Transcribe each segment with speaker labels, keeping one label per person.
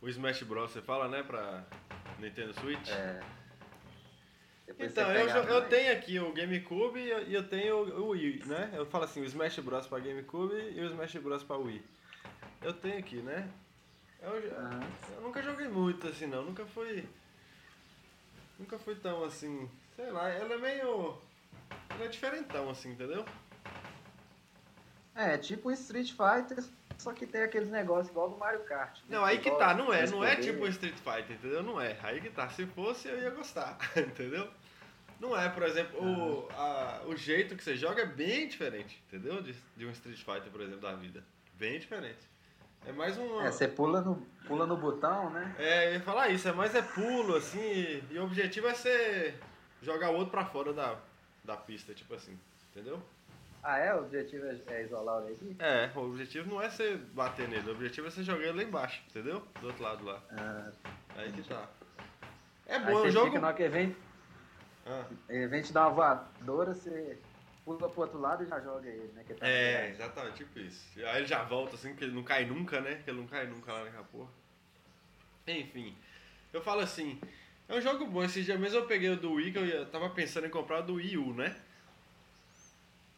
Speaker 1: O Smash Bros. você fala, né? Pra Nintendo Switch.
Speaker 2: É. Depois
Speaker 1: Então,
Speaker 2: você
Speaker 1: eu,
Speaker 2: pega
Speaker 1: jo-
Speaker 2: a
Speaker 1: eu
Speaker 2: mãe.
Speaker 1: tenho aqui o GameCube e eu- e eu tenho o Wii, né? Eu falo assim, o Smash Bros pra GameCube e o Smash Bros pra Wii. Eu tenho aqui, né? Eu, já-
Speaker 2: Aham.
Speaker 1: eu nunca joguei muito assim não, nunca foi. Nunca foi tão assim. Sei lá, ela é meio. Ela é diferentão assim, entendeu?
Speaker 2: É, tipo o Street Fighter, só que tem aqueles negócios igual do Mario Kart. né?
Speaker 1: Não, aí que
Speaker 2: Igual
Speaker 1: tá, não é,
Speaker 2: os
Speaker 1: não é
Speaker 2: poderes.
Speaker 1: tipo um Street Fighter, entendeu? Não é. Aí que tá, se fosse eu ia gostar, entendeu? Não é, por exemplo, o, a- o jeito que você joga é bem diferente, entendeu? De, de um Street Fighter, por exemplo, da vida. Bem diferente. É mais um.
Speaker 2: É, você pula no, pula no botão, né?
Speaker 1: É, eu ia falar isso, é mais é pulo, assim, e, e o objetivo é você jogar o outro pra fora da, da pista, tipo assim, entendeu?
Speaker 2: Ah, é? O objetivo é, é isolar o neguinho?
Speaker 1: É, o objetivo não é você bater nele, o objetivo é você jogar ele lá embaixo, entendeu? Do outro lado lá.
Speaker 2: Ah,
Speaker 1: Aí que tá. É
Speaker 2: aí
Speaker 1: bom, é um
Speaker 2: você
Speaker 1: jogo.
Speaker 2: fica na hora que ele vem,
Speaker 1: Ah.
Speaker 2: ele vem te dar uma voadora, você pula pro outro lado e já joga ele, né? Que ele tá
Speaker 1: É,
Speaker 2: jogando.
Speaker 1: exatamente, tipo isso. Aí ele já volta assim, que ele não cai nunca, né? Que ele não cai nunca lá naquela porra. Enfim, eu falo assim, é um jogo bom. Esse dia mesmo eu peguei o do Wii, que eu ia- tava pensando em comprar o do Wii U, né?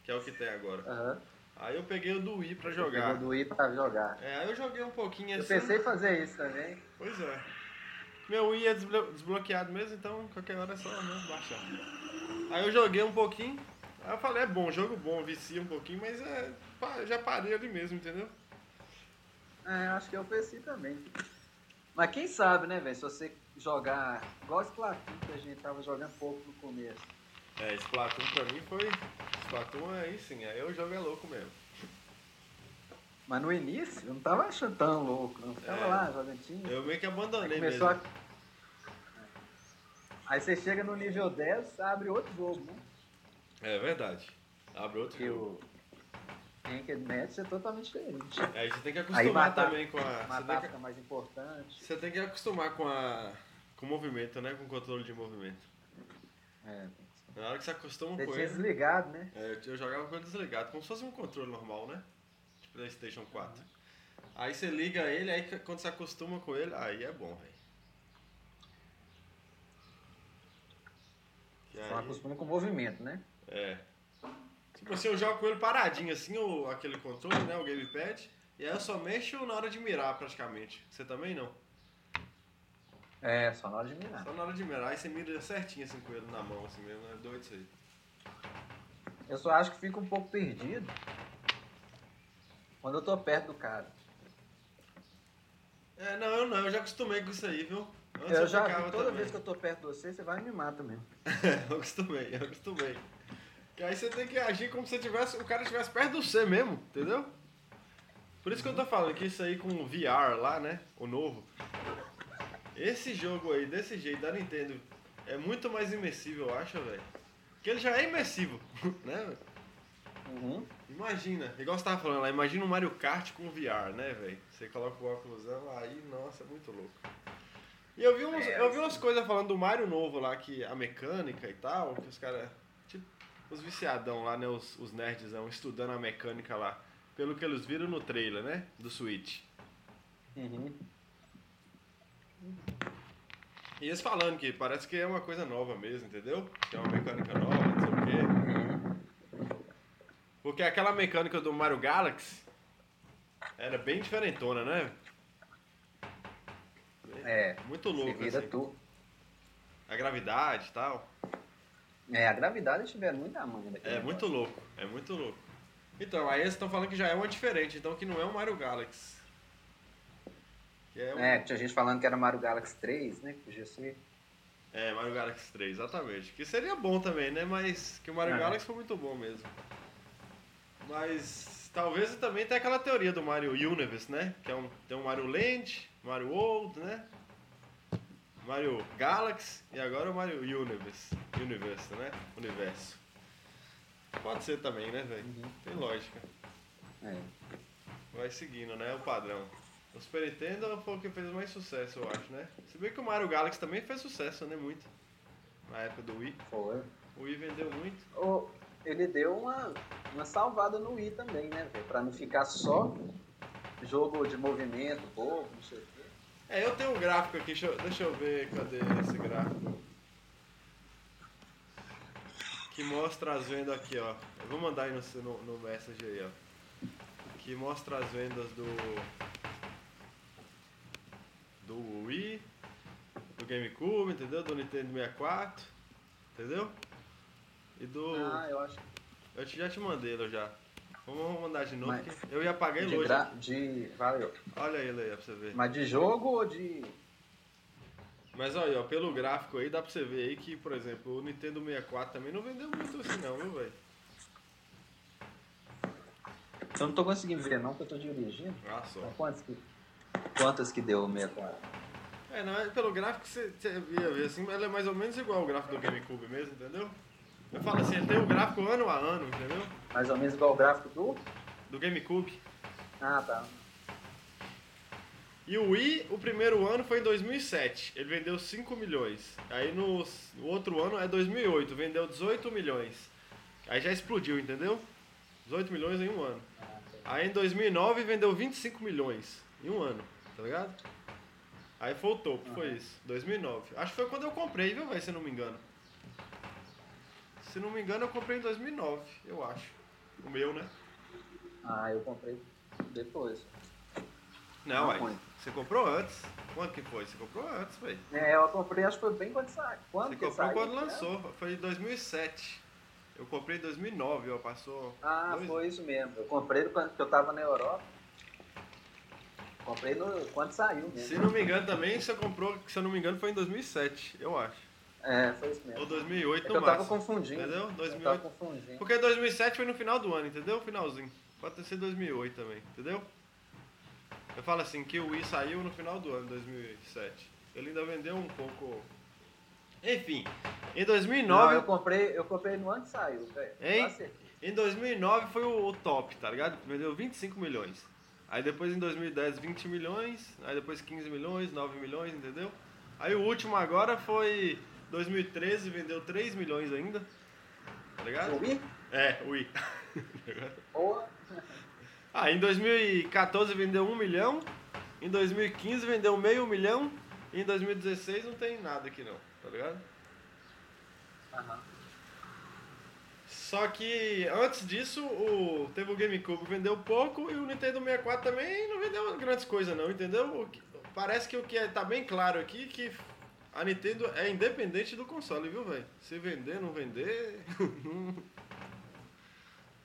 Speaker 1: Que é o que tem agora.
Speaker 2: Aham.
Speaker 1: Aí eu peguei o do Wii pra
Speaker 2: Pegou
Speaker 1: jogar.
Speaker 2: do Wii pra jogar.
Speaker 1: É, aí eu joguei um pouquinho
Speaker 2: Eu
Speaker 1: assim.
Speaker 2: pensei em fazer isso também.
Speaker 1: Pois é. Meu Wii é desblo- desbloqueado mesmo, então qualquer hora é só né, baixar. Aí eu joguei um pouquinho, aí eu falei, é bom, jogo bom, vicia um pouquinho, mas é, pa- já parei ali mesmo, entendeu?
Speaker 2: É, acho que eu pensei também. Mas quem sabe, né, velho? Se você jogar igual esse Platinho que a gente tava jogando pouco no começo.
Speaker 1: É, Splatoon pra mim foi. Splatoon aí sim, aí o jogo é louco mesmo.
Speaker 2: Mas no início eu não tava achando tão louco, não. Eu Ficava
Speaker 1: É.
Speaker 2: lá jogando time.
Speaker 1: Eu meio que abandonei mesmo.
Speaker 2: Começou a... Aí você chega no nível 10, abre outro jogo, né?
Speaker 1: É verdade. Abre outro
Speaker 2: Porque
Speaker 1: jogo.
Speaker 2: o Ranked Match é totalmente diferente.
Speaker 1: Aí você É, tem que
Speaker 2: Aí
Speaker 1: acostumar
Speaker 2: matar,
Speaker 1: também com a. Você
Speaker 2: matar
Speaker 1: tem, que,
Speaker 2: fica mais importante.
Speaker 1: você tem que acostumar com a. com o movimento, né? Com o controle de movimento.
Speaker 2: É.
Speaker 1: Na hora que você acostuma
Speaker 2: Você
Speaker 1: com
Speaker 2: tinha
Speaker 1: ele.
Speaker 2: desligado, né?
Speaker 1: É, eu- eu jogava com ele desligado, como se fosse um controle normal, né? De Playstation 4. Aí você liga ele, aí que- quando você acostuma com ele, aí é bom, velho. E
Speaker 2: Você não
Speaker 1: aí-
Speaker 2: acostuma com o movimento, né?
Speaker 1: É. Tipo assim, eu jogo com ele paradinho, assim, o, aquele controle, né? O gamepad. E aí eu só mexo na hora de mirar, praticamente. Você também não?
Speaker 2: É, só na hora de mirar.
Speaker 1: Só na hora de mirar, aí você mira certinho, assim, com ele na mão, assim mesmo. É doido isso aí.
Speaker 2: Eu só acho que fica um pouco perdido quando eu tô perto do cara.
Speaker 1: É, não, eu não. Eu já acostumei com isso aí, viu? Antes
Speaker 2: É, eu já vi,
Speaker 1: ficava
Speaker 2: toda
Speaker 1: também.
Speaker 2: vez que eu tô perto de você, você vai me mata mesmo.
Speaker 1: eu acostumei, eu acostumei. Que aí você tem que agir como se tivesse, o cara estivesse perto do você mesmo, entendeu? Por isso que eu tô falando que isso aí com o VR lá, né? O novo. Esse jogo aí, desse jeito, da Nintendo, é muito mais imersível, eu acho, velho. Porque ele já é imersivo, né? velho?
Speaker 2: Uhum.
Speaker 1: Imagina, igual você tava falando lá, imagina um Mario Kart com VR, né, velho? Você coloca o óculos aí, nossa, é muito louco. E eu vi, uns,
Speaker 2: É,
Speaker 1: eu vi umas coisas falando do Mario novo lá, que a mecânica e tal, que os caras, tipo, os viciadão lá, né, os, os nerdzão, estudando a mecânica lá, pelo que eles viram no trailer, né, do Switch.
Speaker 2: Uhum.
Speaker 1: E eles falando que parece que é uma coisa nova mesmo, entendeu? Que é uma mecânica nova, não sei o quê. Porque aquela mecânica do Mario Galaxy era bem diferentona, né?
Speaker 2: É.
Speaker 1: Muito
Speaker 2: Você
Speaker 1: louco,
Speaker 2: vira
Speaker 1: assim.
Speaker 2: tu.
Speaker 1: A gravidade e tal.
Speaker 2: É, a gravidade eles tiveram muita manha daquele
Speaker 1: É
Speaker 2: negócio.
Speaker 1: muito louco, é muito louco. Então, aí eles estão falando que já é uma diferente, então que não é um Mario Galaxy. Que é, um-
Speaker 2: É, tinha gente falando que era Mario Galaxy 3, né? Que podia ser.
Speaker 1: é, Mario Galaxy 3, exatamente. Que seria bom também, né? Mas que o Mario
Speaker 2: É.
Speaker 1: Galaxy foi muito bom mesmo. Mas talvez também tenha aquela teoria do Mario Universe, né? Que é um, tem um Mario Land, Mario World, né? Mario Galaxy e agora o Mario Universe. Universo, né? Universo. Pode ser também, né, velho?
Speaker 2: Uhum.
Speaker 1: Tem lógica.
Speaker 2: É.
Speaker 1: Vai seguindo, né? O padrão. O Super Nintendo foi o que fez mais sucesso, eu acho, né? Se bem que o Mario Galaxy também fez sucesso, né? Muito. Na época do Wii.
Speaker 2: Foi.
Speaker 1: O Wii vendeu muito.
Speaker 2: Ô, ele deu uma, uma salvada no Wii também, né, velho? Pra não ficar só jogo de movimento, bobo, não sei o quê.
Speaker 1: É, eu tenho um gráfico aqui, deixa eu, deixa eu ver cadê esse gráfico. Que mostra as vendas aqui, ó. Eu vou mandar aí no, no, no message aí, ó. Que mostra as vendas do. Do Wii, do GameCube, entendeu? Do Nintendo 64, entendeu? E do.
Speaker 2: Ah, eu acho.
Speaker 1: Eu te- já te mandei, ele já. Vamos mandar de novo,
Speaker 2: Mas-
Speaker 1: que eu ia apagar ele
Speaker 2: De,
Speaker 1: hoje.
Speaker 2: gra... de. Valeu.
Speaker 1: Olha ele aí, ó, pra você ver.
Speaker 2: Mas de jogo ou de.
Speaker 1: Mas olha, ó, pelo gráfico aí dá pra você ver aí que, por exemplo, o Nintendo 64 também não vendeu muito assim não, viu, velho?
Speaker 2: Eu não tô conseguindo ver, não, porque eu tô dirigindo.
Speaker 1: Ah, só.
Speaker 2: Então, quantas que. Quantas que deu o 64?
Speaker 1: É, não, é pelo gráfico você, você ia ver assim, ela é mais ou menos igual ao gráfico do GameCube mesmo, entendeu? Eu falo assim, ele tem o gráfico ano a ano, entendeu?
Speaker 2: Mais ou menos igual o gráfico do.
Speaker 1: Do GameCube.
Speaker 2: Ah, tá.
Speaker 1: E o Wii, o primeiro ano foi em 2007, ele vendeu 5 milhões. Aí no s- no outro ano é 2008, vendeu 18 milhões. Aí já explodiu, entendeu? 18 milhões em um ano.
Speaker 2: Ah, tá.
Speaker 1: Aí em 2009 vendeu 25 milhões em um ano, tá ligado? Aí foi o topo, foi isso. 2009. Acho que foi quando eu comprei, viu, velho, se não me engano. Se não me engano, eu comprei em 2009, eu acho. O meu, né?
Speaker 2: Ah, eu comprei depois.
Speaker 1: Não,
Speaker 2: Não
Speaker 1: ué.
Speaker 2: foi.
Speaker 1: Você comprou antes. Quando que foi? Você comprou antes, velho.
Speaker 2: É, eu comprei, acho que foi bem quando saiu. Quando
Speaker 1: Você
Speaker 2: que
Speaker 1: comprou
Speaker 2: saiu,
Speaker 1: quando
Speaker 2: né?
Speaker 1: lançou. Foi em 2007. Eu comprei em 2009, ó. Passou...
Speaker 2: Ah,
Speaker 1: dois-
Speaker 2: foi isso mesmo. Eu comprei quando que eu tava na Europa. Comprei no, quando saiu
Speaker 1: Se
Speaker 2: mesmo.
Speaker 1: não me engano também, você comprou, se eu não me engano, foi em 2007, eu acho.
Speaker 2: É, foi isso mesmo.
Speaker 1: Ou 2008
Speaker 2: É que
Speaker 1: no
Speaker 2: eu tava
Speaker 1: máximo.
Speaker 2: confundindo.
Speaker 1: Entendeu?
Speaker 2: Eu tava
Speaker 1: 2008.
Speaker 2: confundindo.
Speaker 1: Porque 2007 foi no final do ano, entendeu? Finalzinho. Pode ser 2008 também, entendeu? Eu falo assim, que o Wii saiu no final do ano, 2007. Ele ainda vendeu um pouco... Enfim, em
Speaker 2: Não,
Speaker 1: 2009,
Speaker 2: eu comprei, eu comprei no ano que saiu, velho.
Speaker 1: Hein?
Speaker 2: Tá certo.
Speaker 1: em 2009 foi o, o top, tá ligado? Vendeu 25 milhões. Aí depois em 2010, 20 milhões. Aí depois 15 milhões, 9 milhões, entendeu? Aí o último agora foi 2013, vendeu 3 milhões ainda. Tá ligado?
Speaker 2: Ouvi?
Speaker 1: É, o Wii.
Speaker 2: Ou...
Speaker 1: Ah, em 2014 vendeu 1 milhão, em 2015 vendeu meio milhão, e em 2016 não tem nada aqui não, tá ligado?
Speaker 2: Aham.
Speaker 1: Só que antes disso, o, teve o GameCube que vendeu pouco e o Nintendo 64 também não vendeu grandes coisas não, entendeu? O que- parece que o que é, tá bem claro aqui que a Nintendo é independente do console, viu, velho? Se vender, não vender, não,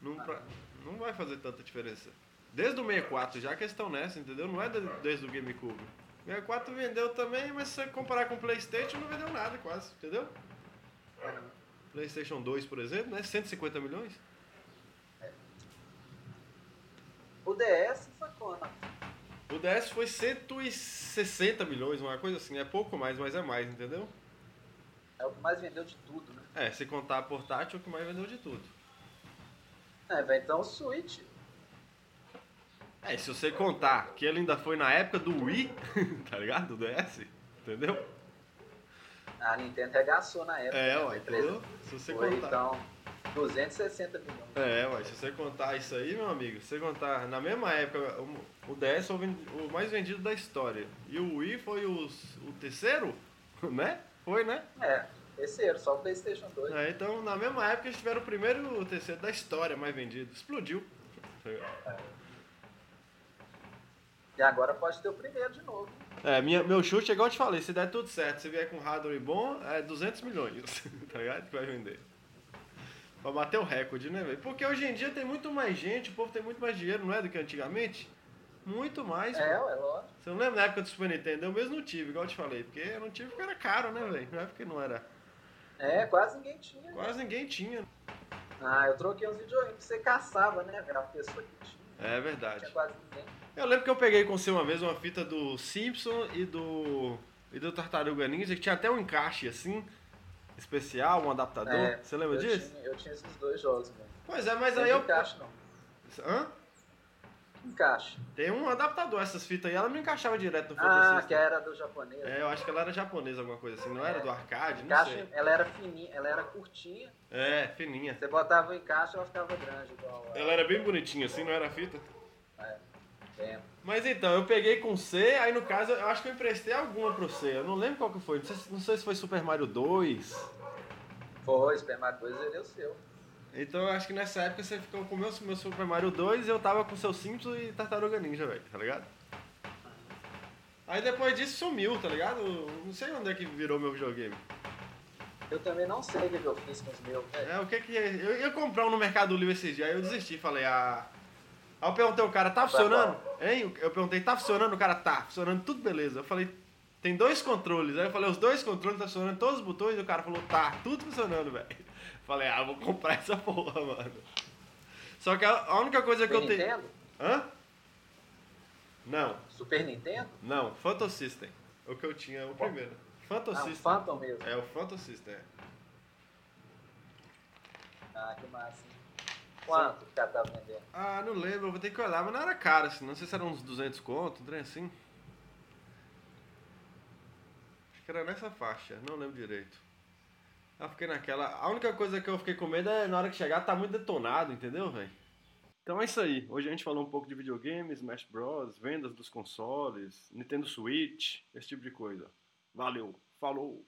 Speaker 1: não, pra- não vai fazer tanta diferença. Desde o 64 já que eles estão nessa, entendeu? Não é de- desde o GameCube. 64 vendeu também, mas se você comparar com o PlayStation, não vendeu nada quase, entendeu? PlayStation 2, por exemplo, né? 150 milhões.
Speaker 2: O DS foi quando?
Speaker 1: O DS foi 160 milhões, uma coisa assim. É pouco mais, mas é mais, entendeu?
Speaker 2: É o que mais vendeu de tudo, né?
Speaker 1: É, se contar a portátil, o que mais vendeu de tudo.
Speaker 2: É, velho, então o Switch.
Speaker 1: É, se você contar que ele ainda foi na época do Wii, tá ligado? Do DS, entendeu?
Speaker 2: A Nintendo regaçou na época.
Speaker 1: É,
Speaker 2: né?
Speaker 1: ué,
Speaker 2: Foi três-
Speaker 1: entendeu? Se você
Speaker 2: Foi,
Speaker 1: contar.
Speaker 2: então, 260 milhões.
Speaker 1: É, ué, se você contar isso aí, meu amigo, se você contar na mesma época, o, o DS foi o ven- o mais vendido da história. E o Wii foi os- o terceiro, né? Foi, né?
Speaker 2: É, terceiro, só o PlayStation 2.
Speaker 1: É, então, na mesma época, eles tiveram o primeiro e o terceiro da história mais vendido. Explodiu.
Speaker 2: E agora pode ter o primeiro de novo.
Speaker 1: É, minha- meu chute é igual eu te falei, se der tudo certo, se vier com hardware bom, é 200 milhões, tá ligado? Que vai vender. Pra bater o recorde, né, velho? Porque hoje em dia tem muito mais gente, o povo tem muito mais dinheiro, não é, do que antigamente? Muito mais.
Speaker 2: É,
Speaker 1: pô.
Speaker 2: ué, lógico.
Speaker 1: Você não lembra na época do Super Nintendo? Eu mesmo não tive, igual eu te falei. Porque eu não tive porque era caro, né, velho? Não é porque não era...
Speaker 2: É, quase ninguém tinha.
Speaker 1: Quase ninguém tinha.
Speaker 2: Ah, eu troquei uns videogames que você caçava, né? Era a pessoa que tinha.
Speaker 1: É
Speaker 2: Não
Speaker 1: verdade.
Speaker 2: tinha quase ninguém.
Speaker 1: Eu lembro que eu peguei com você uma vez uma fita do Simpson e do. e do Tartaruga Ninja, que tinha até um encaixe assim, especial, um adaptador.
Speaker 2: É,
Speaker 1: você lembra
Speaker 2: eu
Speaker 1: disso?
Speaker 2: Tinha, eu tinha esses dois jogos, mano.
Speaker 1: Pois é, mas
Speaker 2: Não
Speaker 1: aí eu.
Speaker 2: encaixa, não.
Speaker 1: Hã?
Speaker 2: Encaixa.
Speaker 1: Tem um adaptador essas fitas aí, ela não encaixava direto no
Speaker 2: Ah, que
Speaker 1: Photosystem.
Speaker 2: era do japonês.
Speaker 1: É, eu acho que ela era japonesa, alguma coisa assim, não era do arcade, não
Speaker 2: Encaixa,
Speaker 1: sei.
Speaker 2: ela era fininha, ela era curtinha.
Speaker 1: É, fininha.
Speaker 2: Você botava o encaixe, ela ficava grande, igual é. a
Speaker 1: Ela era bem bonitinha assim, não era fita?
Speaker 2: tempo.
Speaker 1: Mas então, eu peguei com C, aí no caso eu acho que eu emprestei alguma pro C. Eu não lembro qual que foi. Não sei, se- não sei se foi Super Mario 2.
Speaker 2: Foi, espermatozoide ele é o seu.
Speaker 1: Então eu acho que nessa época você ficou com o meu, meu Super Mario 2 e eu tava com o seu Simpsons e Tartaruga Ninja, velho, tá ligado? Aí depois disso sumiu, tá ligado? Eu Não sei onde é que virou meu videogame.
Speaker 2: Eu também não sei o que que eu fiz com os meus, né? velho.
Speaker 1: É, o que que é? Eu ia comprar um no Mercado Livre esses dias, aí eu desisti, falei, ah... Aí eu perguntei ao cara, tá funcionando? Hein? Eu perguntei, tá funcionando? O cara, tá, funcionando, tudo beleza. Eu falei, tem dois controles. Aí eu falei, os dois controles tá funcionando, todos os botões. E o cara falou, tá, tudo funcionando, velho. Falei, ah, vou comprar essa porra, mano. Só que a a única coisa que
Speaker 2: Super
Speaker 1: eu tenho...
Speaker 2: Nintendo?
Speaker 1: Hã? Não,
Speaker 2: Super Nintendo?
Speaker 1: não, Phantom System. O que eu tinha, o primeiro. Phantom
Speaker 2: Ah, o
Speaker 1: System.
Speaker 2: Phantom mesmo.
Speaker 1: É, o Phantom System, é.
Speaker 2: Ah, que massa. hein? Quanto o cara tá vendendo?
Speaker 1: Ah, não lembro, eu vou ter que olhar, mas não era caro, assim, não sei se era uns 200 conto, um trem assim. Acho que era nessa faixa, não lembro direito. Eu fiquei naquela. A única coisa que eu fiquei com medo é na hora que chegar tá muito detonado, entendeu, velho? Então é isso aí. Hoje a gente falou um pouco de videogames, Smash Bros, vendas dos consoles, Nintendo Switch, esse tipo de coisa. Valeu, falou!